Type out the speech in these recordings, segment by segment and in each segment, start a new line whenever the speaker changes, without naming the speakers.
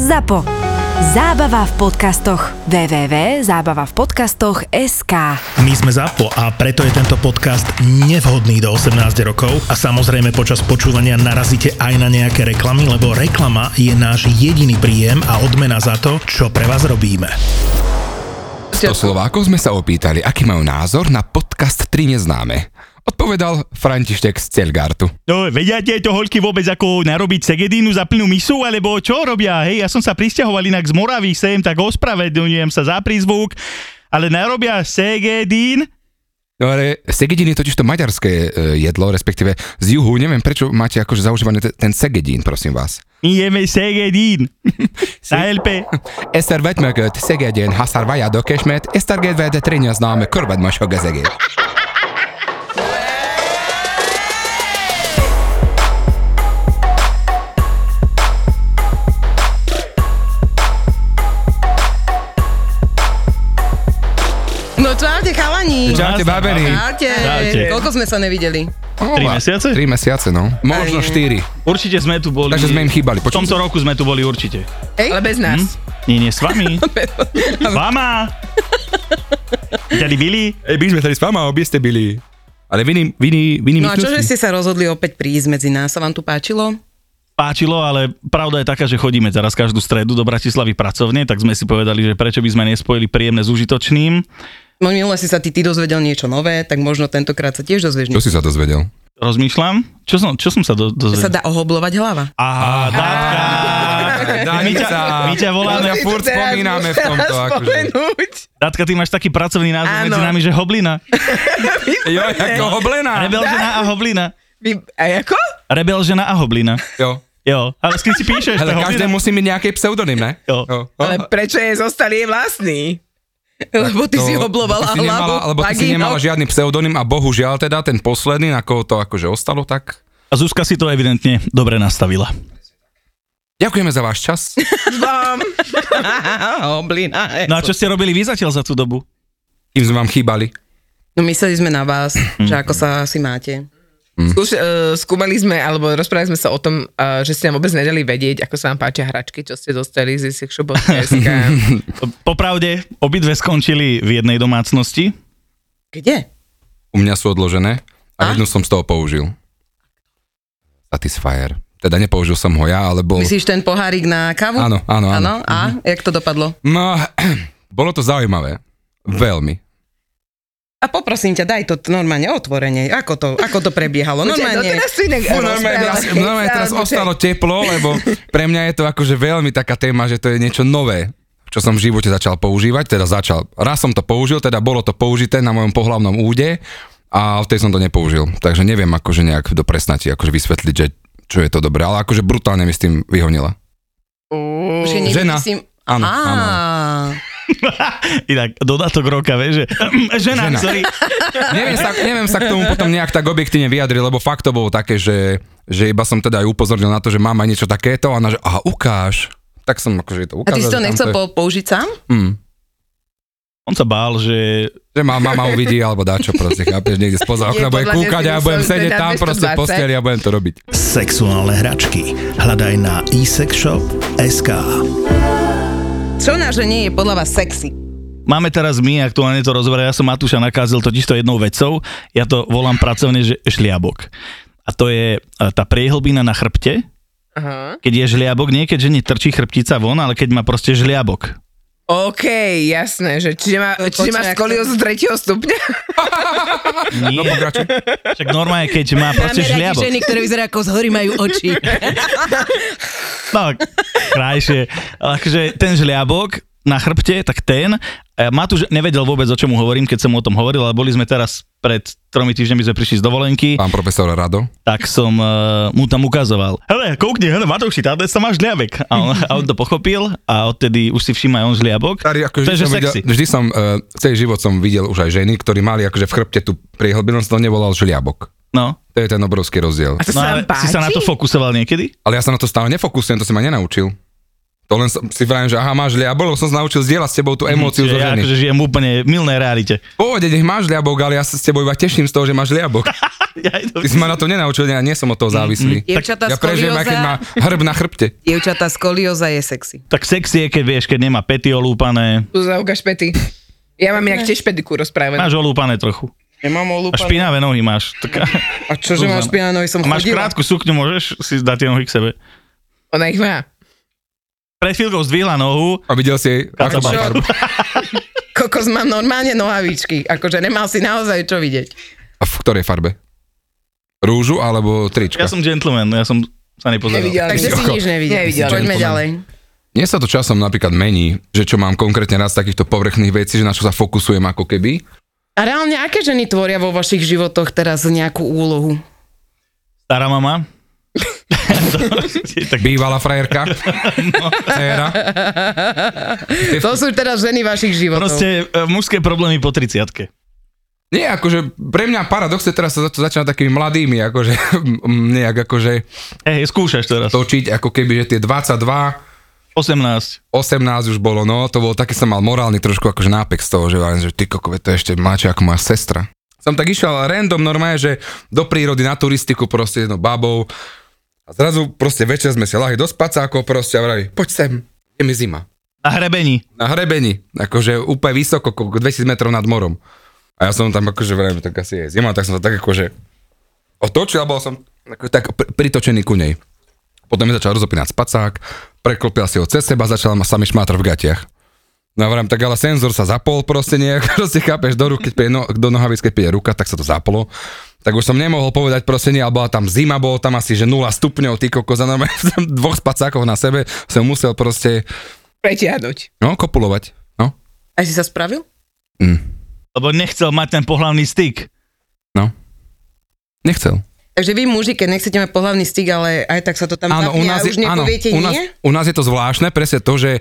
ZAPO. Zábava v podcastoch. www.zábavavpodcastoch.sk
My sme ZAPO a preto je tento podcast nevhodný do 18 rokov a samozrejme počas počúvania narazíte aj na nejaké reklamy, lebo reklama je náš jediný príjem a odmena za to, čo pre vás robíme.
100 Slovákov sme sa opýtali, aký majú názor na podcast 3 neznáme. Odpovedal František z Celgartu.
No, vedia tieto holky vôbec ako narobiť segedínu za plnú misu, alebo čo robia? Hej, ja som sa pristahoval inak z Moravy sem, tak ospravedlňujem sa za prízvuk, ale narobia segedín,
No ale segedín je totiž to maďarské e, jedlo, respektíve z juhu. Neviem, prečo máte akože zaužívaný te- ten segedín, prosím vás.
my jeme segedín. Na LP.
Eszter vegy mögött Szegedén haszárvajádok esmet, Esztergedved trényeznáme körvedmosó gezegét.
No čaute chalani.
Čaute, babeli.
Čaute.
Čaute.
Koľko sme sa nevideli?
Tri mesiace?
Tri mesiace, no. Možno
Aj.
štyri.
Určite sme tu boli.
Takže sme im chýbali,
V
počujte.
tomto roku sme tu boli určite.
Ej? Ale bez
Hm?
nás.
Nie, nie, s vami. S vama. Tady byli.
Ej, by sme tady s vama, obi ste byli. Ale viny, viny, viny
No a čože ste sa rozhodli opäť prísť medzi nás? Sa vám tu páčilo?
Páčilo, ale pravda je taká, že chodíme teraz každú stredu do Bratislavy pracovne, tak sme si povedali, že prečo by sme nespojili príjemné s užitočným.
No minule si sa ty, ty dozvedel niečo nové, tak možno tentokrát sa tiež dozvieš
Čo
niečo.
si sa dozvedel?
Rozmýšľam, čo som, čo som sa do,
Že
dozvedel.
sa dá ohoblovať hlava.
Aha, dátka. My ťa, my ťa voláme.
Ja furt spomíname v tomto. Akože.
Spomenúť.
Dátka, ty máš taký pracovný názov
Áno.
medzi nami, že hoblina.
Jo, ako hoblená.
Rebel žena a hoblina.
Vy, a ako?
Rebel žena a hoblina.
Jo.
Jo, ale s kým si píšeš?
Hele,
to je
každý
hoblina.
musí mať nejaký pseudonym, ne?
Jo.
Ale prečo je zostali jej vlastný? Lebo ty
To-
si oblovala
lebo ty si
hlavu. No.
nemala- Lebo ty si
vagínou.
nemala žiadny pseudonym a bohužiaľ teda ten posledný, na koho to akože ostalo, tak...
A Zuzka si to evidentne dobre nastavila.
Ďakujeme za váš čas.
Vám. Oblina.
No a čo ste robili vy zatiaľ za tú dobu?
Kým sme vám chýbali.
No mysleli sme na vás,
Mhm.
že ako sa asi máte.
Skúš, uh, skúmali sme, alebo rozprávali sme sa o tom, uh, že ste nám vôbec nedali vedieť, ako sa vám páčia hračky, čo ste dostali z Isiek Šobovského.
Popravde, obidve skončili v jednej domácnosti.
Kde?
U mňa sú odložené a jednu som z toho použil. Satisfyer. Teda nepoužil som ho ja, ale bol...
Myslíš ten pohárik na kávu?
Áno, áno, Mhm. áno.
Áno? A jak to dopadlo?
No, bolo to zaujímavé.
Hm.
Veľmi.
A poprosím ťa, daj to t- normálne otvorenie. Ako to, ako to prebiehalo? Normálne.
teraz si inak
Fú, No, normálne, teraz, normálne teraz ostalo teplo, lebo pre mňa je to akože veľmi taká téma, že to je niečo nové čo som v živote začal používať, teda začal. Raz som to použil, teda bolo to použité na mojom pohlavnom úde a v tej som to nepoužil. Takže neviem akože nejak do presnati akože vysvetliť, že čo je to dobré, ale akože brutálne mi s tým vyhonila.
Už je
Žena.
Si...
Áno,
Á,
áno.
Inak dodatok roka, vieš, že žena,
Žena.
sorry.
Neviem sa, neviem sa k tomu potom nejak tak objektívne vyjadriť, lebo fakt to bolo také, že, že iba som teda aj upozornil na to, že mám aj niečo takéto a ona, že aha, ukáž. Tak som akože to
A
ukázal.
ty si
že
to
tam
nechcel
je-
po- použiť sám?
Mm.
On sa bál, že
Že ma mama uvidí, alebo dáčo proste, chápeš, niekde spoza okna
Je
bude
podľa mňa
kúkať a ja budem
zmysel,
sedieť
že
tam
dáme
proste
120.
posteli a budem to robiť.
Sexuálne hračky. Hľadaj na eSexShop.sk
Čo na žene je podľa vás sexy?
Máme teraz my aktuálne to rozhovor, ja som Matúša nakázil totižto jednou vecou, ja to volám pracovne, že šliabok. A to je e, tá priehlbina na chrbte,
Aha.
keď je žliabok, nie keď žene trčí chrbtica von, ale keď má proste žliabok.
OK, jasné, že čiže má,
No,
čiže
počkaj,
má
ak to-
skoliózu tretieho stupňa.
No,
Nie,
Pokračuj.
No, však normálne, keď má proste žliabok.
ktoré vyzerajú ako z hory, majú oči.
No, krajšie. Takže ten žliabok na chrbte, tak ten. E, Matúš nevedel vôbec, o čom hovorím, keď som mu o tom hovoril, ale boli sme teraz pred tromi týždňami sme prišli z dovolenky.
Pán profesor Rado.
tak som uh, mu tam ukazoval. Hele, koukni, hele, Matouši, táhle sa máš žliabek. A on, a on to pochopil a odtedy už si všíma aj on žliabok.
Starý, akože
to je, že
som videl,
sexy.
vždy som, uh, celý život som videl už aj ženy, ktorí mali akože v chrbte tú priehlbinu, som to nevolal žliabok.
No,
To je ten obrovský rozdiel.
A to
no
sa
ale
vám páči?
si sa na to fokusoval niekedy?
Ale ja sa na to stále nefokusujem, to som ma nenaučil. To len som- si vrajím, že aha, máš liabol, lebo som sa naučil zdieľať s tebou tú emóciu
Čiže
zo
ja
ženy.
akože žijem úplne v milnej realite.
Pohode, nech máš liabok, ale ja sa s tebou iba teším z toho, že máš liabok.
Ja aj to-
Ty si ma na to nenaučil, ja nie som od toho závislý.
Dievčatá
Ja
z
prežijem, aj keď
skolióza-
má hrb na chrbte.
Dievčatá z kolioza je sexy.
Tak sexy je, keď vieš, keď nemá pety olúpané.
Zuzá, ukáž pety. Ja mám inak tiež petiku rozprávené.
Máš olúpané trochu.
Nemám
A
olúpané.
špinavé nohy máš. Tak,
A čože mám
Zuzana.
špinavé nohy? Som
a máš
chodila.
krátku sukňu, môžeš si dať tie nohy k sebe.
Ona ich má.
Pred chvíľkou zdvihla nohu.
A videl si jej akú
Kacabáka.
farbu.
Kokos mám normálne nohavičky. Akože nemal si naozaj čo vidieť.
A v ktorej farbe? Rúžu alebo trička?
Ja som gentleman, ja som sa nepozeral.
Nevidel.
Takže si
Joko.
nič nevidel.
Nevidel.
Poďme
Gentleman.
ďalej.
Mne sa to časom napríklad mení, že čo mám konkrétne raz takýchto povrchných vecí, že na čo sa fokusujem ako keby.
A reálne, aké ženy tvoria vo vašich životoch teraz nejakú úlohu?
Stará mama. tak
Bývalá frajerka, No, dcera,
To sú teraz ženy vašich životov.
proste e, mužské problémy po 30
Nie, akože pre mňa paradox je teraz sa to začína takými mladými, akože m, nejak akože
Hej, skúšaš teraz.
točiť, ako keby, že tie 22,
18.
18 už bolo, no, to bolo také, som mal morálny trošku akože nápek z toho, že, hovorím, že ty kokove, to je ešte mladšia ako moja sestra. Som tak išiel random normálne, že do prírody, na turistiku proste jednou babou a zrazu proste večer sme si lahli do spacákov proste a vraví, poď sem, je mi zima.
Na hrebení.
Na hrebení, akože úplne vysoko, koľko, 2000 metrov nad morom. A ja som tam akože vrejme, tak asi je zima, tak som sa tak akože otočil a bol som ako, tak pr- pritočený ku nej. Potom mi začal rozopínať spacák, preklopil si ho cez seba, začal ma sami šmátrať v gatiach. No a vrám, tak ale senzor sa zapol proste nejak, proste chápeš, do, ruky, keď príde no, do nohavíc, keď príde ruka, tak sa to zapolo. Tak už som nemohol povedať proste nie, ale bola tam zima, bolo tam asi že 0 stupňov, ty kokos, a normálne v tom dvoch spacákoch na sebe som musel proste,
Preťahnuť.
no, kopulovať, no.
A si sa spravil?
Lebo nechcel mať ten pohlavný styk.
No. Nechcel.
Takže vy muži, keď nechcete mať pohľavný styk, ale aj tak sa to tam
Áno, u
zapne
nás,
a
je,
už
áno,
nepoviete
u, nás,
nie?
u nás je to zvláštne, presne to, že,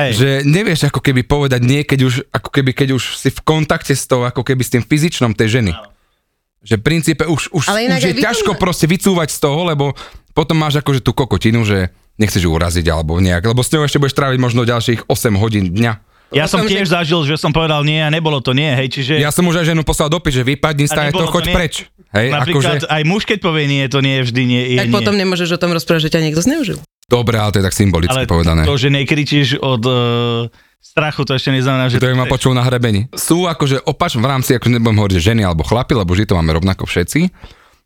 Hej.
že nevieš ako keby povedať nie, keď už, ako keby, keď už si v kontakte s tou, ako keby s tým fyzičnom tej ženy. Áno. Že v princípe už, už,
Ale
už
inak
je
aj vy to
ťažko
ma-
proste vycúvať z toho, lebo potom máš akože tú kokotinu, že nechceš ju uraziť alebo nejak, lebo s ňou ešte budeš tráviť možno ďalších 8 hodín dňa.
Ja som
Potom, že-
tiež zažil, že som povedal nie a nebolo to nie, hej, čiže...
No, Ja som už aj ženu poslal dopis, že vypadni
A
stále to,
nebolo to
choď
nie.
preč. Hej, akože,
Napríklad aj muž, keď povie nie, to nie je vždy nie. Je,
Tak
nie.
potom nemôžeš o tom rozprávať, že ťa niekto zneužil.
dobre, ale to je tak symbolicky
Ale
povedané.
to, že nekričíš od uh, strachu, to ešte neznamená, že...
Kto by ma počul na hrebení. Sú akože opač v rámci, akože nebudem hovoriť, že ženy alebo chlapi, lebo vždy to máme rovnako všetci.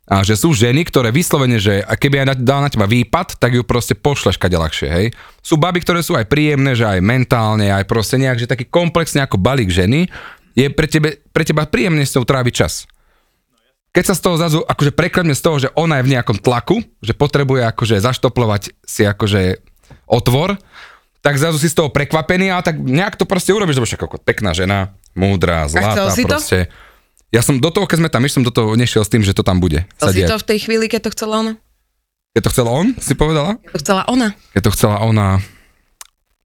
A že sú ženy, ktoré vyslovene, že a keby aj na- dal na teba výpad, tak ju proste pošleš kade ľahšie, hej. Sú baby, ktoré sú aj príjemné, že aj mentálne, aj proste nejak, že taký komplexne ako balík ženy, je pre, tebe, pre teba príjemne s ňou tráviť čas. Keď sa z toho zazu, akože prekladne z toho, že ona je v nejakom tlaku, že potrebuje akože zaštoplovať si akože otvor, tak zrazu si z toho prekvapený a tak nejak to proste urobíš, lebo však ako pekná žena, múdra,
chcel
zlatá
si to?
proste. Ja som do toho, keď sme tam išli, som do toho nešiel s tým, že to tam bude.
To
sa
si
diať.
to v tej chvíli, keď to chcela ona?
Keď to chcela on, si povedala?
To chcela ona.
Keď to chcela ona,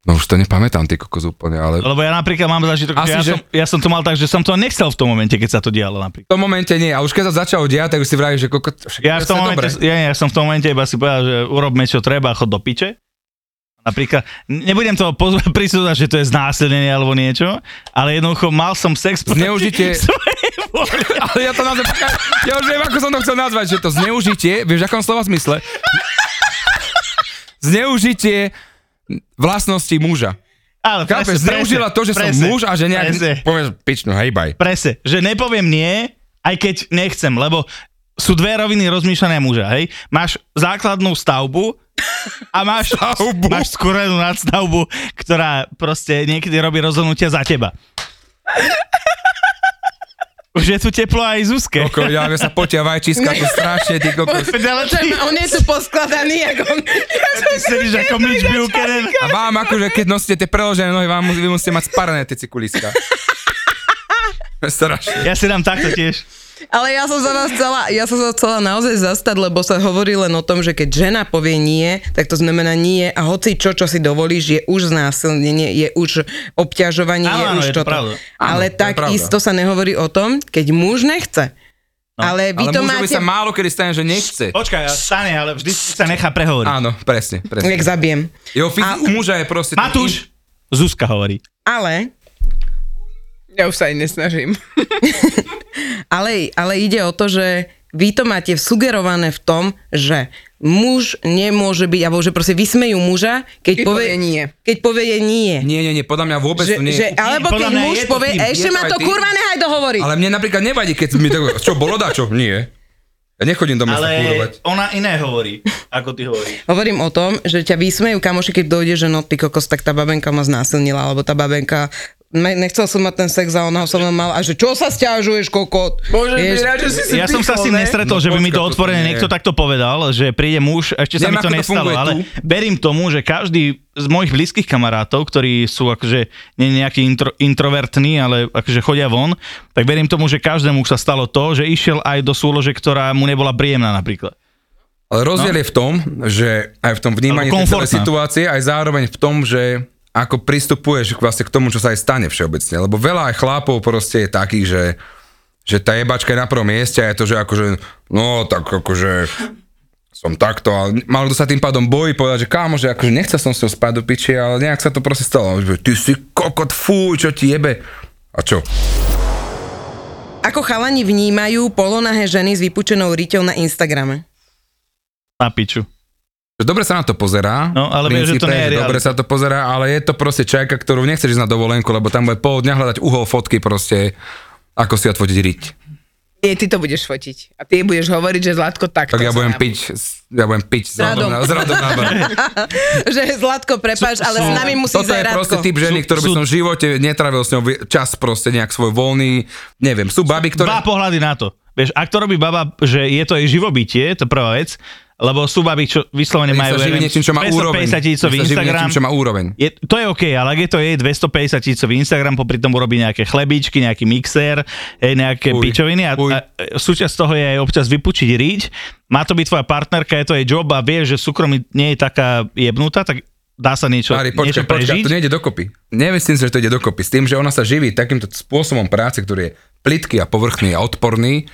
no už to nepamätám, ty kokos úplne, ale...
Lebo ja napríklad mám zažitok, že,
Asi,
ja,
že-
Som, ja som to mal tak, že som to nechcel v tom momente, keď sa to dialo napríklad.
V tom momente nie, a už keď sa začalo diať, tak už si vravíš, že koko, však to
Ja, v tom
je
momente,
dobre.
ja, ja som v tom momente iba si povedal, že urobme čo treba, chod do piče. Napríklad, nebudem to poz- prisúdať, že to je znásilnenie alebo niečo, ale jednoducho mal som sex proti
Zneužitie-
svojej vôli.
Ale ja to nazvem, počkaj, ja už viem, ako som to chcel nazvať, že to zneužitie, vieš, v akom slova zmysle? Zneužitie vlastnosti muža.
Ale
Chápeš,
presne,
zneužila
presne,
to, že som
presne,
muž a že nejak
presne.
povieš, pičnú, hejbaj.
Prese, že nepoviem nie, aj keď nechcem, lebo sú dve roviny rozmýšľania muža, hej? Máš základnú stavbu a máš,
Stavbu?
máš skúrenú nadstavbu, ktorá proste niekedy robí rozhodnutia za teba. Už je tu teplo aj Zuzke.
Koko, ja ja sa potia vajčiska, to strašne, ty kokos.
Veď Ale ty,
On je tu poskladaný, ako on...
ty sedíš ako Mitch Buchanan.
A vám akože, keď nosíte tie preložené nohy, vám, vy musíte mať sparené tie cikuliska. Strašne.
Ja si dám takto tiež.
Ale ja som sa vás chcela, ja som sa chcela naozaj zastať, lebo sa hovorí len o tom, že keď žena povie nie, tak to znamená nie a hoci čo, čo si dovolíš, je už znásilnenie, je už obťažovanie, je
Áno, áno,
už
je to
toto.
pravda.
Ale
Áno, to je pravda.
takisto sa nehovorí o tom, keď muž nechce. No. Ale vy
Ale
to
mužovi
máte...
sa málo kedy stane, že nechce.
Počkaj, stane, ale vždy sa nechá prehovoriť.
Áno, presne, presne.
Nech zabijem.
Jeho fyzi- u muža je proste...
Matúš! Zuzka hovorí.
Ale
Ja už sa aj nesnažím.
Ale, ale ide o to, že vy to máte sugerované v tom, že muž nemôže byť, alebo že proste vysmejú muža, keď
Keď
povie,
povie nie.
Keď povie je nie.
Taký, nie, nie, nie, podľa mňa vôbec
Že,
to nie
že,
je.
alebo
Podľa
keď
mňa
muž
je to
povie,
tým,
ešte
je to
ma
aj
to
tým.
kurva nehaj dohovoriť.
Ale mne napríklad nevadí, keď mi tak... Čo, bolo dačo? Nie. Ja nechodím do mesta
Ale
kúrovať.
ona iné hovorí, ako ty hovoríš.
Hovorím o tom, že ťa vysmejú kamoši, keď dojde, že no ty kokos, tak tá babenka ma znásilnila, alebo tá babenka me- nechcel som mať ten sex a ona ho so mnou mala a že čo sa stiažuješ, kokot?
Bože,
Vieš,
Jež... rád, že si si
Ja som sa s tým nestretol,
No
že by mi to
počkaj, toto
otvorene
nie je.
niekto takto povedal, že príde muž, ešte
Neviem,
sa mi to
ako to
nestalo,
funguje
ale
tu.
berím tomu, že každý z mojich blízkych kamarátov, ktorí sú akože nie nejakí intro, introvertní, ale akože chodia von, tak verím tomu, že každému sa stalo to, že išiel aj do súlože, ktorá mu nebola príjemná napríklad.
Ale rozdiel je v tom, že aj v tom vnímaní tej celej
Alebo No. komfortná.
situácie, aj zároveň v tom, že ako pristupuješ vlastne k tomu, čo sa aj stane všeobecne. Lebo veľa aj chlapov proste je takých, že, že tá jebačka je na prvom mieste a je to, že akože, no tak akože som takto a mal kto sa tým pádom bojí povedať, že kámo, že akože nechcel som si ho spať do piči, ale nejak sa to proste stalo. Že Ty si kokot, fú, čo ti jebe. A čo?
Ako chalani vnímajú polonahé ženy s vypučenou riťou na Instagrame?
Na piču.
Že Dobre sa na to pozerá.
No, ale vieš, že to nie je realita.
Dobre sa to pozerá, ale je to proste čajka, ktorú nechceš ísť na dovolenku, lebo tam bude pol dňa hľadať uhol fotky proste, ako si odfotiť riť.
Nie, ty to budeš fotiť. A ty jej budeš hovoriť, že Zlatko takto.
Tak ja
sa
budem
nám-
piť, s- ja budem piť s radom,
radom.
na- s radom na bar.
že Zlatko, prepáč, ale s nami musí
Toto je
zahrať.
proste typ ženy,
Sú-
ktorú by
sú-
som v živote netravil s ňou vi- čas proste nejak svoj voľný, neviem, sú baby, ktoré...
Dva pohľady na to. Vieš, ak to robí baba, že je to jej živobytie, to prvá vec, lebo sú baby, čo vyslovene
ktoré
majú,
sa živí niečím, čo má úroveň.
250 tisícový
Sa živí
Instagram.
niečím, čo má úroveň.
Je, to je OK, ale ak je to jej 250 tisícový Instagram, popri tom urobí nejaké chlebičky, nejaký mixer, hej, nejaké
Uj,
pičoviny a,
uj.
a e, súčasť toho je aj občas vypučiť riť. Má to byť tvoja partnerka, je to jej job a vie, že v súkromí nie je taká jebnutá, tak dá sa niečo,
Mári, počkaj,
niečo
počkaj,
prežiť.
to nejde dokopy. Nemyslím si, že to ide dokopy. S tým, že ona sa živí takýmto spôsobom práce, ktorý je plitký a povrchný a odporný,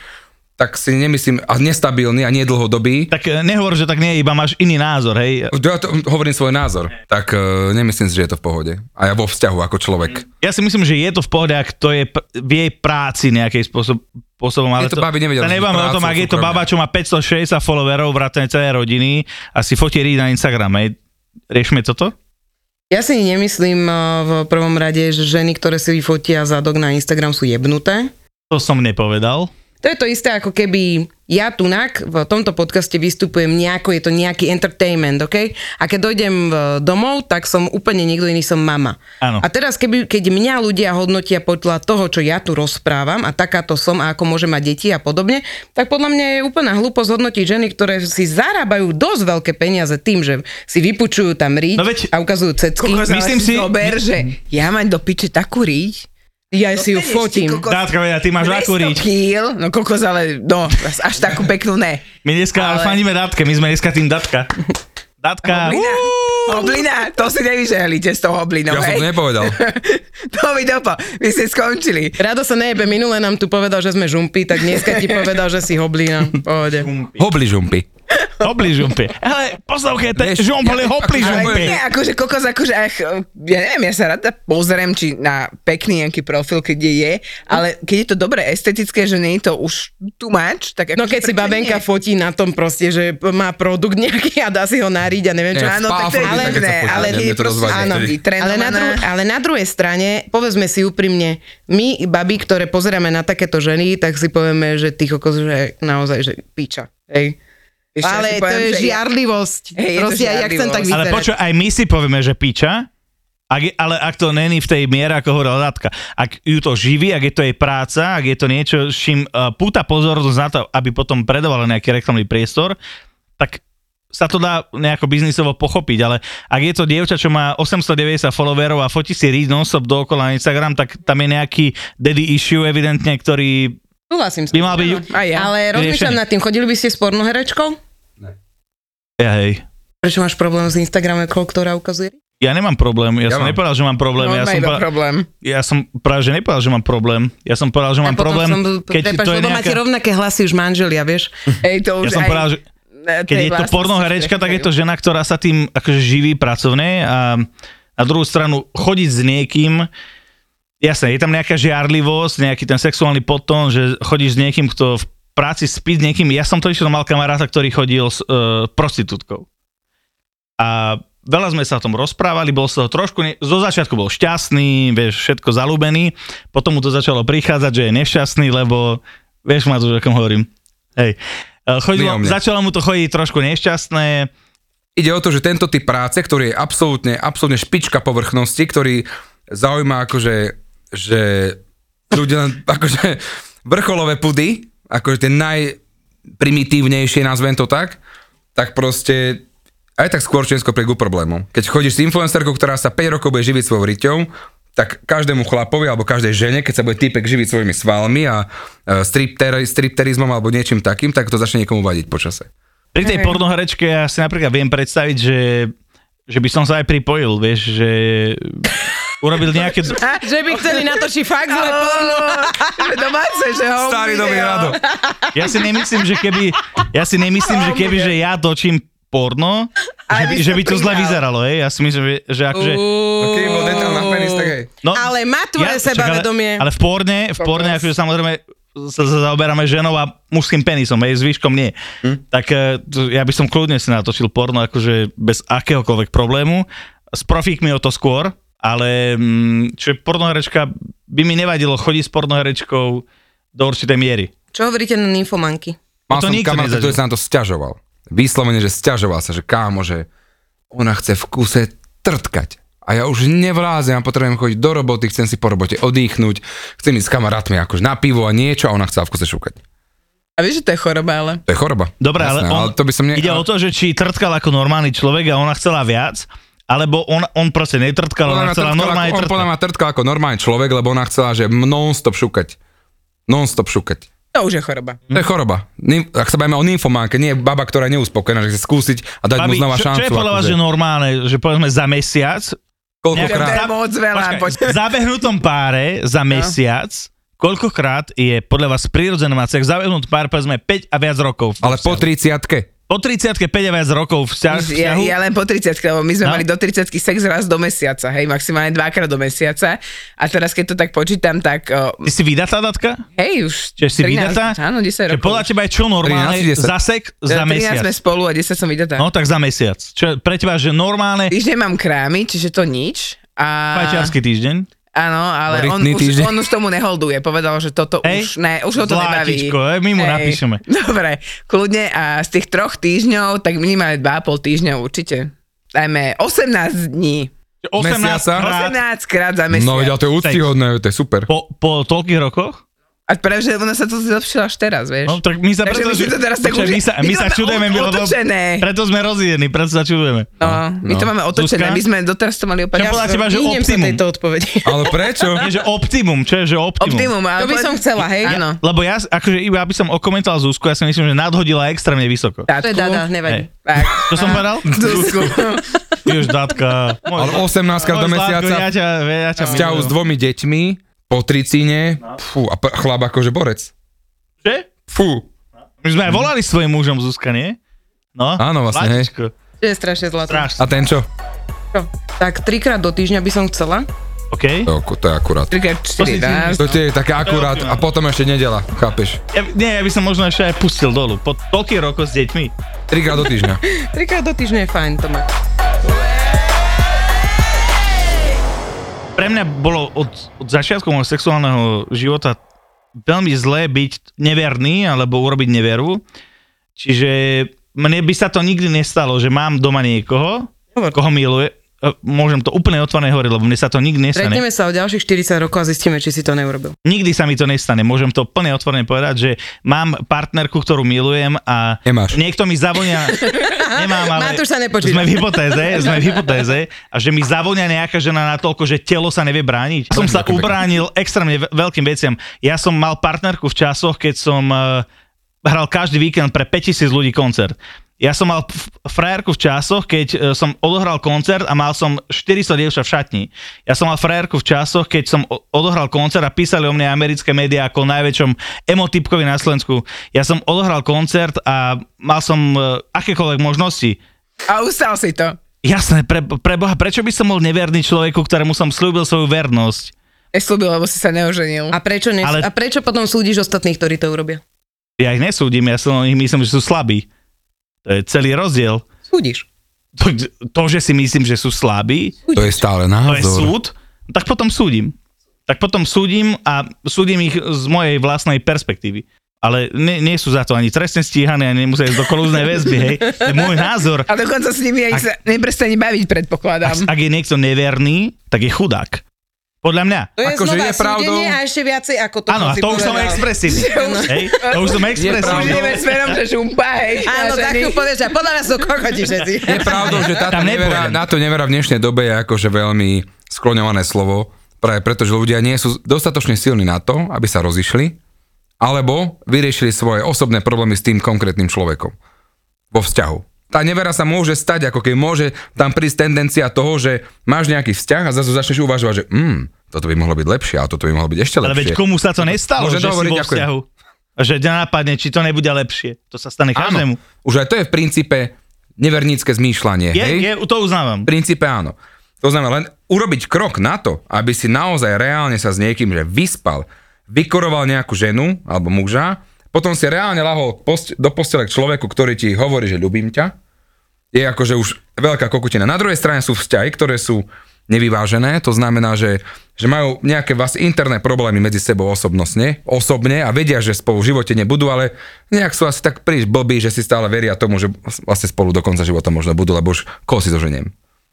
tak si nemyslím, a nestabilný a nedlhodobý.
Tak e, nehovor, že tak nie, iba máš iný názor, hej.
Ja to, hovorím svoj názor, tak uh, nemyslím si, že je to v pohode. A ja vo vzťahu ako človek.
Ja si myslím, že je to v pohode, ak to je pr- v jej práci nejakým spôsob, spôsobom. Ale
to baby nevedia
sa
rozlišiť
nebavme o tom,
prácu,
ak je to
súkromie.
baba, čo má 560 followerov, vrátane celej rodiny a si fotí reed na Instagrame. Riešme toto?
Ja si nemyslím eh, v prvom rade, že ženy, ktoré si vyfotia zadok na Instagram sú jebnuté.
To som nepovedal.
To je to isté, ako keby ja tunak v tomto podcaste vystupujem nejako, je to nejaký entertainment, OK? A keď dojdem eh, domov, tak som úplne niekto iný, som mama.
Áno.
A teraz, keby, keď mňa ľudia hodnotia podľa toho, čo ja tu rozprávam a takáto som a ako môže mať deti a podobne, tak podľa mňa je úplná hlúposť hodnotiť ženy, ktoré si zarábajú dosť veľké peniaze tým, že si vypučujú tam riť
No veď-
a ukazujú cecky.
Kokos,
Myslím
Myslím si...
si-
Dober, že ja mám do piče takú riť, ja si ju
Dostaneš, ty
fotím.
kokos.
Dátka vedia, ty máš akú
200
rič.
kýl, no kokos, ale no, až takú peknú ne.
My dneska ale...
Ale-
faníme Dátke, my sme dneska tým Datka. Datka.
Hoblina, hoblina, to si nevyžehlíte s tou hoblinou,
ja som to
hej?
nepovedal.
to mi dopo, vy ste skončili.
Rado sa nejebe, minule nám tu povedal, že sme žumpy, tak dneska ti povedal, že si hoblina. Pohode.
Hobli žumpy.
Hopli žumpy. Ale poslouchajte,
Vieš,
žumpli,
ja-
hopli
ako-
Ale
žumpy.
nie, akože kokos, akože, ach, ja neviem, ja sa rada pozriem, či na pekný nejaký profil, keď je, je, ale keď je to dobre estetické, že nie je to už too much, akože tak
No keď si babenka fotí na tom proste, že má produkt nejaký a dá si ho nariť a neviem čo.
Nie,
Áno, tak to je
Spáfor,
ale,
tak keď
sa
ne,
fotí,
ale
mne
keď
to
je proste,
rozvadí vtedy.
Ale
áno,
na, dru-
vytrenovaná.
ale na druhej strane, povedzme si úprimne, my, baby, ktoré pozeráme na takéto ženy, tak si povieme, že ty kokos, že naozaj, že piča. Hej.
Ešte ja si
Ale to je
poviem, že ja-
žiarlivosť.
Hej, je to
Proste, ja chcem tak
žiarlivosť.
Ale
vyzerať.
počuj, aj my si povieme, že piča, ak je, ale ak to není v tej miere, ako hovorila Datka, ak ju to živí, ak je to jej práca, ak je to niečo, s čím uh, púta pozornosť na to, aby potom predávala nejaký reklamný priestor, tak sa to dá nejako biznisovo pochopiť, ale ak je to dievča, čo má 890 followerov a fotí si read non-stop dookola na Instagram, tak tam je nejaký daddy issue evidentne, ktorý
Súhlasím s
by
tým.
mal byť...
A ja.
Ale rozmýšľam nad tým, chodili by ste s pornoherečkou?
Ja, hej.
Prečo máš problém s Instagram, ktorá ukazuje?
Ja nemám problém, ja,
Ja
ja som
mám.
nepovedal, že mám problém.
No,
ja,
má
som
iba problém.
ja som práve, že nepovedal, že mám problém. Ja som povedal, že mám problém, keď
prepáč,
to je
lebo máte
nejaká...
rovnaké hlasy už manželia, vieš.
Ej,
Ja
to už
som
aj,
povedal, že
e,
keď
tej
je to
vlastnosti
pornoherečka, tak je to
strechajú.
žena, ktorá sa tým akože živí pracovne a na druhú stranu chodiť s niekým, jasné, je tam nejaká žiarlivosť, nejaký ten sexuálny podtón, že chodíš s niekým, kto v práci spí s niekým. Ja som to išiel, mal kamaráta, ktorý chodil s e, prostitútkou. A veľa sme sa o tom rozprávali, bol z toho trošku, ne- zo začiatku bol šťastný, vieš, všetko zalúbený, potom mu to začalo prichádzať, že je nešťastný, lebo, vieš ma tu, o kom hovorím. Hej. E,
Nie o
Chodilo,
mne.
začalo mu to chodiť trošku nešťastné,
Ide o to, že tento typ práce, ktorý je absolútne, absolútne špička povrchnosti, ktorý zaujíma akože, že ľudia len akože vrcholové pudy, akože tie najprimitívnejšie, nazvem to tak, tak proste aj tak skôr Česko pri ku problému. Keď chodíš s influencerkou, ktorá sa 5 rokov bude živiť svojou riťou, tak každému chlapovi alebo každej žene, keď sa bude typek živiť svojimi svalmi a e, stripter, stripterizmom alebo niečím takým, tak to začne niekomu vadiť počase.
Pri tej pornoherečke ja si napríklad viem predstaviť, že, že by som sa aj pripojil, vieš, že urobil nejaké...
Že by chceli natočiť fakt zle porno.
Že domáce, že ho
Starý dobrý rado.
Ja si nemyslím, že keby, ja si nemyslím, že keby, že ja točím porno, že by,
by
že by
sa
to zle
pridal.
vyzeralo, hej? Ja si myslím, že, že akože...
No, keby bol detail na penis, tak hej.
No,
Ale má tvoje
však,
sebavedomie.
Ale, ale v porne, v porne akože samozrejme sa sa zaoberáme ženou a mužským penisom, hej, zvyškom nie. Hm? Tak e, to- ja by som kľudne si natočil porno akože bez akéhokoľvek problému. S profíkmi o to skôr, ale mm, čo je pornoherečka, by mi nevadilo chodiť s pornoherečkou do určitej miery.
Čo hovoríte na nymfomanky?
Mal som
To nikto
kamaráta,
nezažil.
ktorý sa na to sťažoval. Vyslovene, že sťažoval sa, že kámo, že ona chce v kuse trtkať. A ja už nevlázem a potrebujem chodiť do roboty, chcem si po robote oddychnúť, chcem ísť s kamarátmi akože na pivo a niečo a ona chcela v kuse šúkať.
A vieš, že to je choroba, ale...
To je choroba.
Dobre, ale, on,
ale to by som ne...
ide o to, že či trtkal ako normálny človek a ona chcela viac, alebo on, on proste netrtkal,
podľa
ona
mňa
chcela
trtkala
normálne
ako, on podľa
trtkať.
mňa trtkal ako normálny človek, lebo ona chcela, že non-stop šúkať. Non-stop šúkať.
To už je choroba.
To
Mhm.
je choroba. Nym- Ak sa bavíme o nymfománke, nie je baba, ktorá je neuspokojená, že chce skúsiť a dať mu
Babi,
znova
čo,
šancu.
čo je podľa vás,
akože.
že normálne, že povedzme za mesiac,
To
Koľkokrát?
je moc veľa. No.
v
Počkaj.
zabehnutom páre za mesiac, koľkokrát je podľa vás prirodzené mať sex? Zabehnutý pár, povedzme 5 a viac rokov. v
Ale po
vzťahu.
30
po 30 5 a viac rokov v vzťa-
Ja,
vzťahu.
ja len po 30 lebo my
No.
sme no. mali do 30 sex raz do mesiaca, hej, maximálne dvakrát do mesiaca. A teraz, keď to tak počítam, tak o,
Ty si vydatá, Datka?
hej, už
Čiže si
13
vydatá?
Áno, 10
Čiže
rokov.
podľa teba je čo normálne
13, 10.
za sex
Teda
za
13 sme
mesiac?
spolu a 10 som vydatá.
No tak za mesiac. Čo je pre teba, že normálne
Týždeň mám krámy, čiže to nič. A...
fajčiarsky týždeň?
Áno, ale on
Rytný
už,
No, týždeň.
on už tomu neholduje. Povedal, že toto
Hej,
už ne, už ho to
zlátičko, hej,
nebaví.
my mu napíšeme.
Dobre, kľudne a z tých troch týždňov, tak minimálne 2,5 týždňa určite. Dajme 18 dní.
18
Mesiaca?
krát
18 krát za
No veď, ale
mesiac.
to je úctyhodné, to je super.
po, po toľkých rokoch?
A práve, že ona sa to zlepšila až teraz, vieš.
No tak my sa
Takže
preto,
my si to teraz tak
Počkaj,
už-
my sa,
my
my
to
sa
máme
čudujeme,
od-
Miro, lebo-
otočené.
preto sme rozjedení, preto sa čudujeme.
No, my to máme otočené,
Zuzka?
my sme doteraz to mali
Čo
opačne.
podľa teba, že
Vyhnem sa
optimum?
tejto odpovedi.
Ale prečo?
Nie, že optimum, čo je, že optimum?
Optimum, ale
To by
povedz-
som chcela, hej?
Áno.
Lebo ja, akože iba aby som okomentoval Zuzku, ja si myslím, že nadhodila extrémne vysoko.
To je
Dátku.
dada,
Hej.
nevadí.
Tak.
Čo som povedal?
Zuzku.
Ty už dátka. Môj,
Ale 18 krát do
môj Zlatko,
mesiaca,
Ja ťa, ja ťa
vzťahu s
milujem.
dvomi deťmi, po tricine, fú, a p- chlap akože borec.
Že?
Fú,
My sme aj volali s tvojim mužom, Zuzka, nie?
Mhm.
No,
Áno, vlastne, hej.
Zlatičko.
To je strašne zlaté.
Strašne.
a ten čo?
Čo? Tak trikrát do týždňa by som chcela.
OK.
To, to je akurát.
Trikrát
si
4
ty
raz.
To tie je také akurát a potom ešte nedela, chápeš?
Ja, nie, ja by som možno ešte aj pustil dolu. Po toľkých rokoch s deťmi.
Trikrát do týždňa.
Trikrát do týždňa je fajn to mať.
Pre mňa bolo od, od začiatku môjho sexuálneho života veľmi zlé byť neverný alebo urobiť neveru. Čiže mne by sa to nikdy nestalo, že mám doma niekoho,
Hovor.
koho miluje. E, Môžem to úplne otvorene hovoriť, lebo mne sa to nikdy nestane.
Stretneme sa o ďalších 40 rokov a zistíme, či si to neurobil.
Nikdy sa mi to nestane. Môžem to plne otvorene povedať, že mám partnerku, ktorú milujem a
Nemáš.
niekto mi zavonia... Nemám, ale...
Matúš sa nepočíta.
Sme v hypotéze, sme v hypotéze a že mi zavonia nejaká žena natoľko, že telo sa nevie brániť. Som sa ubránil extrémne ve- veľkým veciam. Ja som mal partnerku v časoch, keď som eh, hral každý víkend pre 5000 ľudí koncert. Ja som mal f- frajerku v časoch, keď e, som odohral koncert a mal som 400 dievčat v šatni. Ja som mal frajerku v časoch, keď som o- odohral koncert a písali o mne americké médiá ako o najväčšom emotypkovi na Slovensku. Ja som odohral koncert a mal som e, akékoľvek možnosti.
A ustal si to.
Jasné, pre, pre Boha, prečo by som bol neverný človeku, ktorému som slúbil svoju vernosť?
Neslúbil, lebo si sa neoženil.
A prečo, nes-
Ale-
a prečo potom súdiš ostatných, ktorí to urobia?
Ja ich nesúdim, ja som o nich myslím, že sú slabí. To je celý rozdiel.
Súdiš.
To, to že si myslím, že sú slabí,
To je stále
to je
názor.
súd, tak potom súdim. Tak potom súdim a súdim ich z mojej vlastnej perspektívy. Ale nie, nie sú za to ani trestne stíhaní, ani nemusia ísť do kolúznej väzby, hej. To je môj názor.
A dokonca s nimi
Ak-
aj sa neprestane baviť, predpokladám.
Ak, ak je niekto neverný, tak je chudák. Podľa mňa.
To je
Akože
znova
je pravdou-
súdenie a ešte viacej ako to.
Áno,
čo
a
si
to už som
povedal.
expresívny. Hej, to už som
Už
expresívny.
pravdou-
ideme smerom, že žumpa, hej.
Áno, tak
vážený.
to povieš, a podľa nás sú kokoti všetci.
Je pravdou, že táto
Tam
nevera,
nepôjdem.
na to nevera v dnešnej dobe je akože veľmi skloňované slovo, práve preto, že ľudia nie sú dostatočne silní na to, aby sa rozišli, alebo vyriešili svoje osobné problémy s tým konkrétnym človekom vo vzťahu. Tá nevera sa môže stať, ako keď môže tam prísť tendencia toho, že máš nejaký vzťah a zase začneš uvažovať, že mm, toto by mohlo byť lepšie a toto by mohlo byť ešte
Ale
lepšie.
veď komu sa to nestalo,
Môžem
že si
hovoriť,
vo
ďakujem.
vzťahu. Že ťa napadne, či to nebude lepšie. To sa stane každému.
Áno, už aj to je v princípe nevernícke zmýšľanie.
Je,
hej?
je, to uznávam.
V princípe áno. To znamená len urobiť krok na to, aby si naozaj reálne sa s niekým, že vyspal, vykoroval nejakú ženu alebo muža, potom si reálne lahol post- do postele k človeku, ktorý ti hovorí, že ľubím ťa, je akože už veľká kokutina. Na druhej strane sú vzťahy, ktoré sú nevyvážené, to znamená, že, že majú nejaké vás interné problémy medzi sebou osobnostne, osobne a vedia, že spolu v živote nebudú, ale nejak sú asi tak príliš blbí, že si stále veria tomu, že vlastne spolu do konca života možno budú, lebo už koho si zoženiem.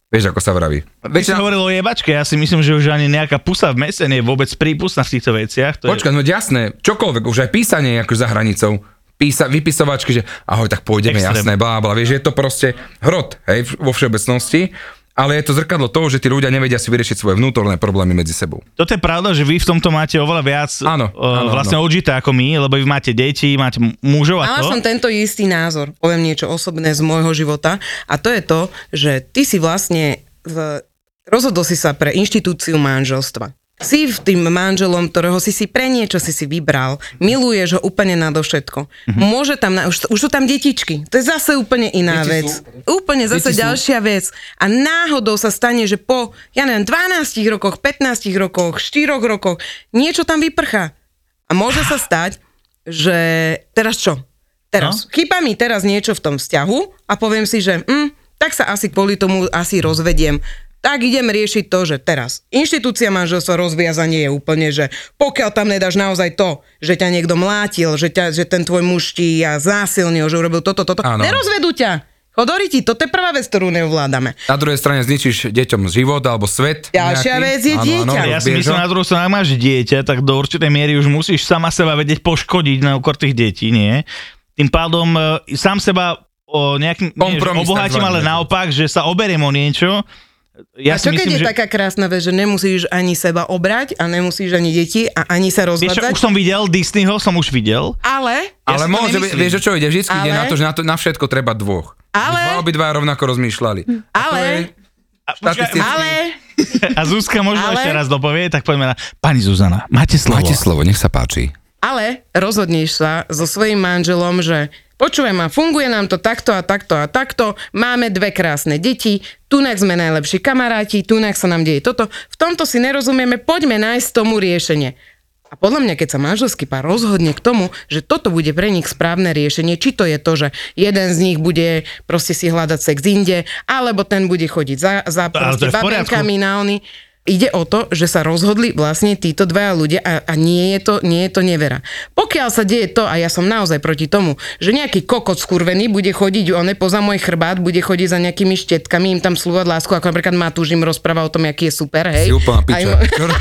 Vieš, ako sa vraví.
Ty si hovoril o jebačke, ja si myslím, že už ani nejaká pusa v mese nie je vôbec prípustná v týchto veciach. To
Počkaj, no jasné, čokoľvek, už aj písanie je akože za hranicou. Písa, vypisovačky, že ahoj, tak pôjdeme,
Extrém. No.
jasné, blá, blá, vieš, je to proste hrot, hej, v- vo všeobecnosti, ale je to zrkadlo toho, že tí ľudia nevedia si vyriešiť svoje vnútorné problémy medzi sebou.
Je, toto je pravda, že vy v tomto máte oveľa viac
Áno,
o,
áno,
vlastne odžité ako my, lebo vy máte deti, máte m- mužov a
Mala
to.
som tento istý názor, poviem niečo osobné z môjho života a to je to, že ty si vlastne v, rozhodol si sa pre inštitúciu manželstva. Si v tým manželom, ktorého si si pre niečo si si vybral, miluješ ho úplne nadovšetko. Mm-hmm. Môže tam, na, už, už sú tam detičky, to je zase úplne iná
Deti
vec.
sú-
Úplne zase
Deti sú-
ďalšia vec. A náhodou sa stane, že po, ja neviem, 12 rokoch, 15 rokoch, 4 rokoch, niečo tam vyprchá. A môže sa stať, že teraz čo? Teraz. No? Chýba mi teraz niečo v tom vzťahu a poviem si, že hm, tak sa asi kvôli tomu asi rozvediem. Tak idem riešiť to, že teraz inštitúcia manželstva rozviazanie je úplne, že pokiaľ tam nedáš naozaj to, že ťa niekto mlátil, že, ťa, že ten tvoj muž ti ja zásilnil, že urobil toto, toto,
Áno.
nerozvedú ťa. Chodori ti, toto je prvá vec, ktorú neovládame.
Na druhej strane zničíš deťom život alebo svet.
Ďalšia vec je
Ja
dieťa.
si
rozbiješ
myslím,
ho.
na druhú stranu, ak máš dieťa, tak do určitej miery už musíš sama seba vedieť poškodiť na úkor tých detí, nie? Tým pádom e, sám seba o nejakým, nie, že
Kompromis
obohatím,
takzvaný,
ale
že-
naopak, že sa oberiem o niečo. Ja
a čo
si myslím,
keď je
že...
taká krásna vec, že nemusíš ani seba obrať a nemusíš ani deti a ani sa
Vieš čo,
rozvádzať?
už som videl, Disneyho som už videl.
Ale,
Ale
si to
môže, byť-
nemyslím.
vieš, o čo ide? Vždycky ide
Ale-
na to, že na, to, na všetko treba dvoch. Dva
Ale- Hm.
obidva rovnako rozmýšľali. A to
Ale-
je
A,
štatisticky-
ale,
A Zuzka možno
Ale-
ešte raz dopovie, tak poďme na... Pani Zuzana, máte slovo.
Máte slovo, nech sa páči.
ale rozhodneš sa so svojím manželom, že počúvaj ma, funguje nám to takto a takto a takto, máme dve krásne deti, tunak sme najlepší kamaráti, tunak sa nám deje toto, v tomto si nerozumieme, poďme nájsť tomu riešenie. A podľa mňa, keď sa manželský pár rozhodne k tomu, že toto bude pre nich správne riešenie, či to je to, že jeden z nich bude proste si hľadať sex inde, alebo ten bude chodiť za,
Ale
za
to
proste
je v poriadku.
babenkami na oni. Ide o to, že sa rozhodli vlastne títo dvaja ľudia a, a nie, je to, nie je to nevera. Pokiaľ sa deje to, a ja som naozaj proti tomu, že nejaký kokot skurvený bude chodiť one poza môj chrbát, bude chodiť za nejakými štietkami, im tam slúvať lásku, ako napríklad Matúš im rozpráva o tom, aký je super,
Si
hej.
úplná
A
piča.
im-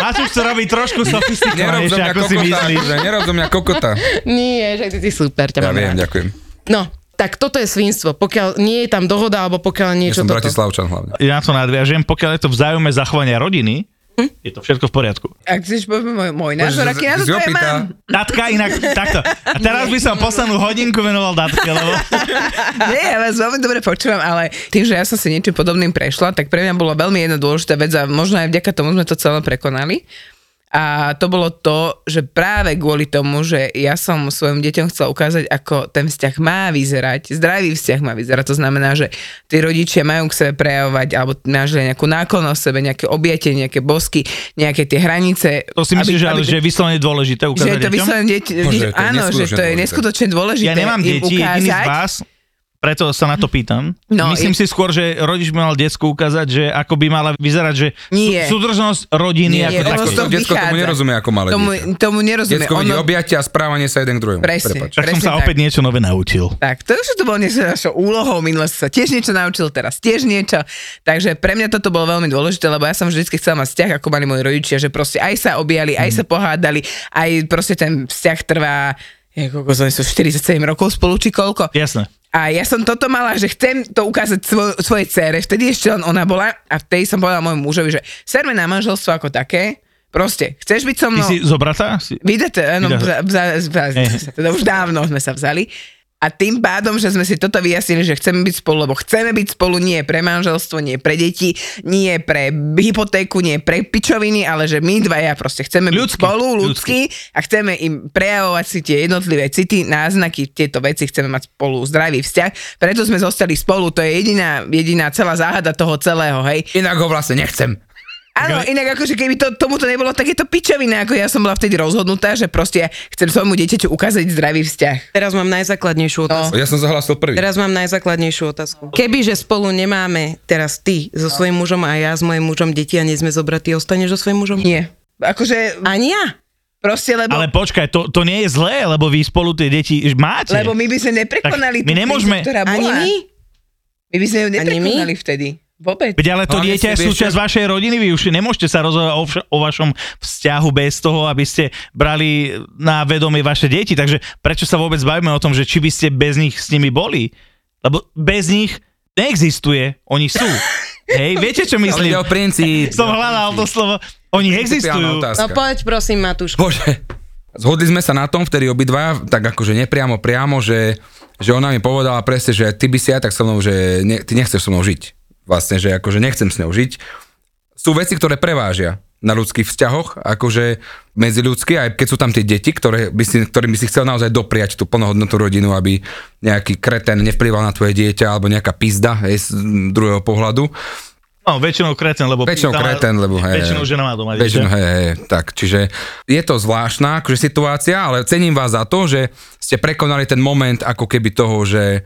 A tu chce robiť trošku
Nerob zo
sofistikovanejšie,
mňa
ako si
kokota,
myslíš.
akože, nerob zo mňa kokota.
Nie, že ty si super, ťa
Ja
mám
viem,
rád.
ďakujem.
No, tak toto je svinstvo, pokiaľ nie je tam dohoda, alebo pokiaľ
Ja
niečo
som
toto.
Bratislavčan hlavne.
Ja na to nadviažem, pokiaľ je to v záujme zachovania rodiny,
Hm?
Je to všetko v poriadku.
Ak chceš povedať môj, môj
Bože,
názor, aký názor to ja
zopýta.
mám?
Datka inak takto. A teraz by som poslednú hodinku venoval Datke, lebo...
Nie, ja vás veľmi dobre počúvam, ale tým, že ja som si niečím podobným prešla, tak pre mňa bola veľmi jedna dôležitá vec a možno aj vďaka tomu sme to celé prekonali. A to bolo to, že práve kvôli tomu, že ja som svojim deťom chcela ukázať, ako ten vzťah má vyzerať, zdravý vzťah má vyzerať. To znamená, že tí rodičia majú k sebe prejavovať, alebo nážili nejakú náklonnosť v sebe, nejaké objatie, nejaké bosky, nejaké tie hranice.
To si myslím, že, ale, že je vyslovene dôležité
že
ukázať
je to
deťom.
vyslovene dieť,
Bože, to je
áno, že to je
neskutočne
neskutočne dôležité.
Ja nemám
im
deti, jediný z
ukázať-
vás, preto sa na to pýtam.
No,
Myslím
je-
si skôr, že rodič by mal decku ukázať, že ako by mala vyzerať, že
Nie.
sú- súdržnosť rodiny
Nie,
ako
ono
takú.
z toho
Detsko tomu
vychádza.
nerozumie ako malé
tomu,
dieťa.
Tomu nerozumie.
Detsko vidí objatia a správanie sa jeden k druhému.
Presne.
Prepač.
Tak som
presne
sa
tak.
opäť niečo nové naučil.
Tak, to už to bolo niečo našou úlohou, minule si sa tiež niečo naučil, teraz tiež niečo. Takže pre mňa toto bolo veľmi dôležité, lebo ja som vždycky chcela mať vzťah, ako mali moji rodičia, že proste aj sa objali, aj
Mhm.
sa pohádali, aj proste ten vzťah trvá, ako oni sú 47 rokov spolu, či koľko.
Jasné.
A ja som toto mala, že chcem to ukázať svoj, svojej cére. Vtedy ešte len ona bola a vtedy som povedala môjmu mužovi, že serme na manželstvo ako také. Proste, chceš byť so
Ty
mnou?
si zobratá? Si...
Vydate, eh, no, áno,
Vydate.
vza, vza, vza, sme sa, teda už dávno sme sa vzali. A tým pádom, že sme si toto vyjasnili, že chceme byť spolu, lebo chceme byť spolu nie pre manželstvo, nie pre deti, nie pre hypotéku, nie pre pičoviny, ale že my dvaja proste chceme
Ľudsky,
byť spolu, ľudský, a chceme im prejavovať si tie jednotlivé city, náznaky, tieto veci, chceme mať spolu zdravý vzťah. Preto sme zostali spolu, to je jediná, jediná celá záhada toho celého, hej.
Inak ho vlastne nechcem.
Áno, inak akože keby to, tomuto nebolo, tak je to pičovina, ako ja som bola vtedy rozhodnutá, že proste ja chcem svojmu dieťaťu ukázať zdravý vzťah.
Teraz mám najzákladnejšiu otázku.
Ja som zahlasil prvý.
Teraz mám najzákladnejšiu otázku. Kebyže spolu nemáme teraz ty so svojím mužom a ja s mojím mužom deti a nie sme zobratí, ostaneš so svojím mužom?
Nie. Akože
Ani ja.
proste, lebo,
Ale počkaj, to, to nie je zlé, lebo vy spolu tie deti už máte.
lebo my by sme neprekonali
Tak my
tú
nemôžeme-
krízu, ktorá bola.
Ani my?
My by sme ju
Ani my?
neprekonali vtedy. Vôbec.
Veď ale to
Hlavne si
dieťa je
vieš,
súčasť
čo-
vašej rodiny, vy už nemôžete sa rozhodovať o, vš- o vašom vzťahu bez toho, aby ste brali na vedomie vaše deti. Takže prečo sa vôbec bavíme o tom, že či by ste bez nich s nimi boli? Lebo bez nich neexistuje, oni sú. Hej, viete čo
Ale
myslím?
ide o princíp.
Som hľadal to slovo. Oni
Principiálna
existujú.
No
otázka.
poď prosím, Matúško.
Bože, zhodli sme sa na tom vtedy obidva, tak akože nepriamo priamo, že, že ona mi povedala presne, že ty by si aj tak so mnou, že ne, ty nechceš so mnou žiť. Vlastne, že akože nechcem s ňou žiť. Sú veci, ktoré prevážia na ľudských vzťahoch, akože medzi ľudský, aj keď sú tam tie deti, ktoré by si, ktorým by si chcel naozaj dopriať tú plnohodnotnú rodinu, aby nejaký kreten nevplyval na tvoje dieťa alebo nejaká pizda hej, z druhého pohľadu.
No, väčšinou kreten, lebo...
Väčšinou
tam-
kreten, lebo hej.
Väčšinou žena má doma dieťa.
Väčšinou, hej, hej, tak. Čiže je to zvláštna akože, situácia, ale cením vás za to, že ste prekonali ten moment ako keby toho, že,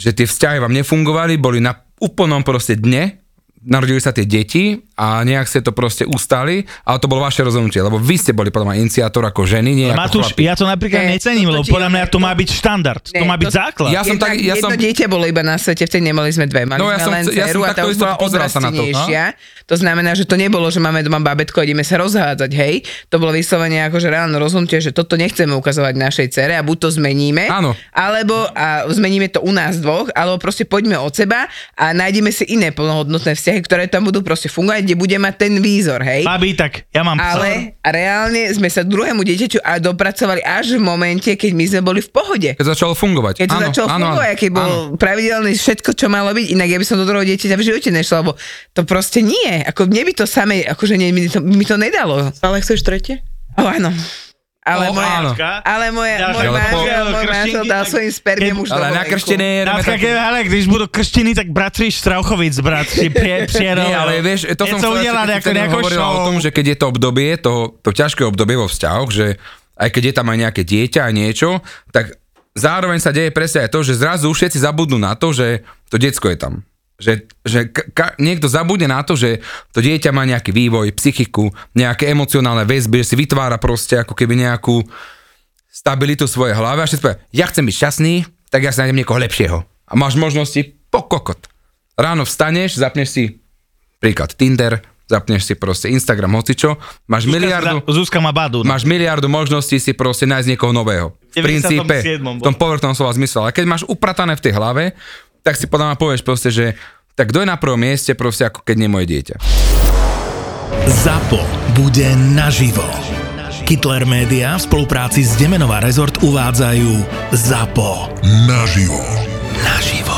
že tie vzťahy vám nefungovali, boli na úplnom proste dne, narodili sa tie deti a nejak ste to proste ustali, ale to bolo vaše rozhodnutie, lebo vy ste boli podľa mňa iniciátor ako ženy, nie ako
Matúš,
chlapi.
ja to napríklad
Ne,
necením,
toto
lebo
ti-
podľa mňa to má byť štandard, to
Ne,
má byť
to-
základ.
Ja som
Jednak
tak, ja
jedno
som...
dieťa bolo iba na svete, vtedy nemali sme dve, mali
No, ja
sme
som
len
chce- ja
dceru
som
a tá
takto
už
isto
bola
pozeral sa na to, no.
odrastenejšia. To znamená, že to nebolo, že máme doma bábetko a ideme sa rozhádzať, hej. To bolo vyslovene ako, že reálne rozhodnutie, že toto nechceme ukazovať našej cere a buď to zmeníme,
Áno.
alebo a zmeníme to u nás dvoch, alebo proste poďme od seba a nájdeme si iné plnohodnotné vzťahy, ktoré tam budú proste fungovať, kde bude mať ten výzor, hej.
Babi, tak ja mám psa.
Ale reálne sme sa druhému dieťaťu a dopracovali až v momente, keď my sme boli v pohode.
Keď začalo fungovať.
Keď to začalo fungovať, keď bol pravidelný všetko, čo malo byť, inak ja by som do druhého dieťaťa v živote nešla, lebo to proste nie. Ako mne by to samé, akože nie, mi, to, mi to nedalo.
Ale chceš tretie?
O, áno. Ale
O,
moja,
áno.
ale moja,
Ja
môj
som-
manžel, môj manžel dal svojim spermiem
Ale
už
na
dovolenku.
krštenie...
Dátka, keď, ale když budú krštiny, tak bratříš Strauchovic, brat, si prie, prijedol.
Nie, ale vieš, to som
Něco
chcel
udělá
ešte, keď
nejakú,
Ksenija
nejakú
hovorila
show.
o tom, že keď je to obdobie, to, to ťažké obdobie vo vzťahoch, že aj keď je tam aj nejaké dieťa a niečo, tak zároveň sa deje presne aj to, že zrazu všetci zabudnú na to, že to diecko je tam. Že, že ka, ka- niekto zabudne na to, že to dieťa má nejaký vývoj, psychiku, nejaké emocionálne väzby, že si vytvára proste ako keby nejakú stabilitu svojej hlave a všetci povedia, ja chcem byť šťastný, tak ja si nájdem niekoho lepšieho. A máš možnosti po kokot. Ráno vstaneš, zapneš si príklad Tinder, zapneš si proste Instagram, hocičo, máš miliardu,
Zuzka má badu. no.
máš miliardu možností si proste nájsť niekoho nového. V
97.
princípe, v tom povrchnom slova zmysle. Ale keď máš upratané v tej hlave, tak si podľa mňa povieš proste, že tak kto je na prvom mieste proste ako keď nie moje dieťa.
ZAPO bude naživo. Hitler Media v spolupráci s Demenová Resort uvádzajú ZAPO.
Naživo.
Naživo.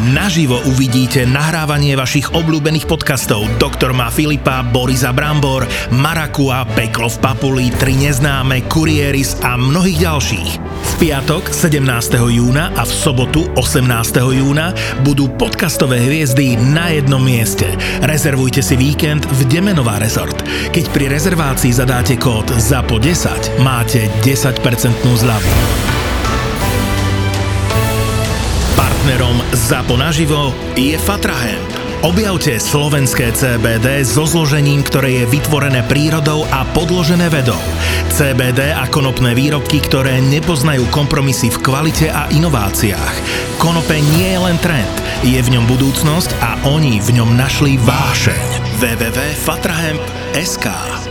Naživo uvidíte nahrávanie vašich obľúbených podcastov Doktor má Filipa, Borisa Brambor, Marakua, Peklo v Papuli, Tri neznáme, Kurieris a mnohých ďalších. V piatok 17. júna a v sobotu 18. júna budú podcastové hviezdy na jednom mieste. Rezervujte si víkend v Demenová Resort. Keď pri rezervácii zadáte kód ZAPO10, máte 10% zľavu. Partnerom ZAPO naživo je Fatrahem. Objavte slovenské CBD so zložením, ktoré je vytvorené prírodou a podložené vedou. CBD a konopné výrobky, ktoré nepoznajú kompromisy v kvalite a inováciách. Konope nie je len trend, je v ňom budúcnosť a oni v ňom našli vášeň. www.fatrahem.sk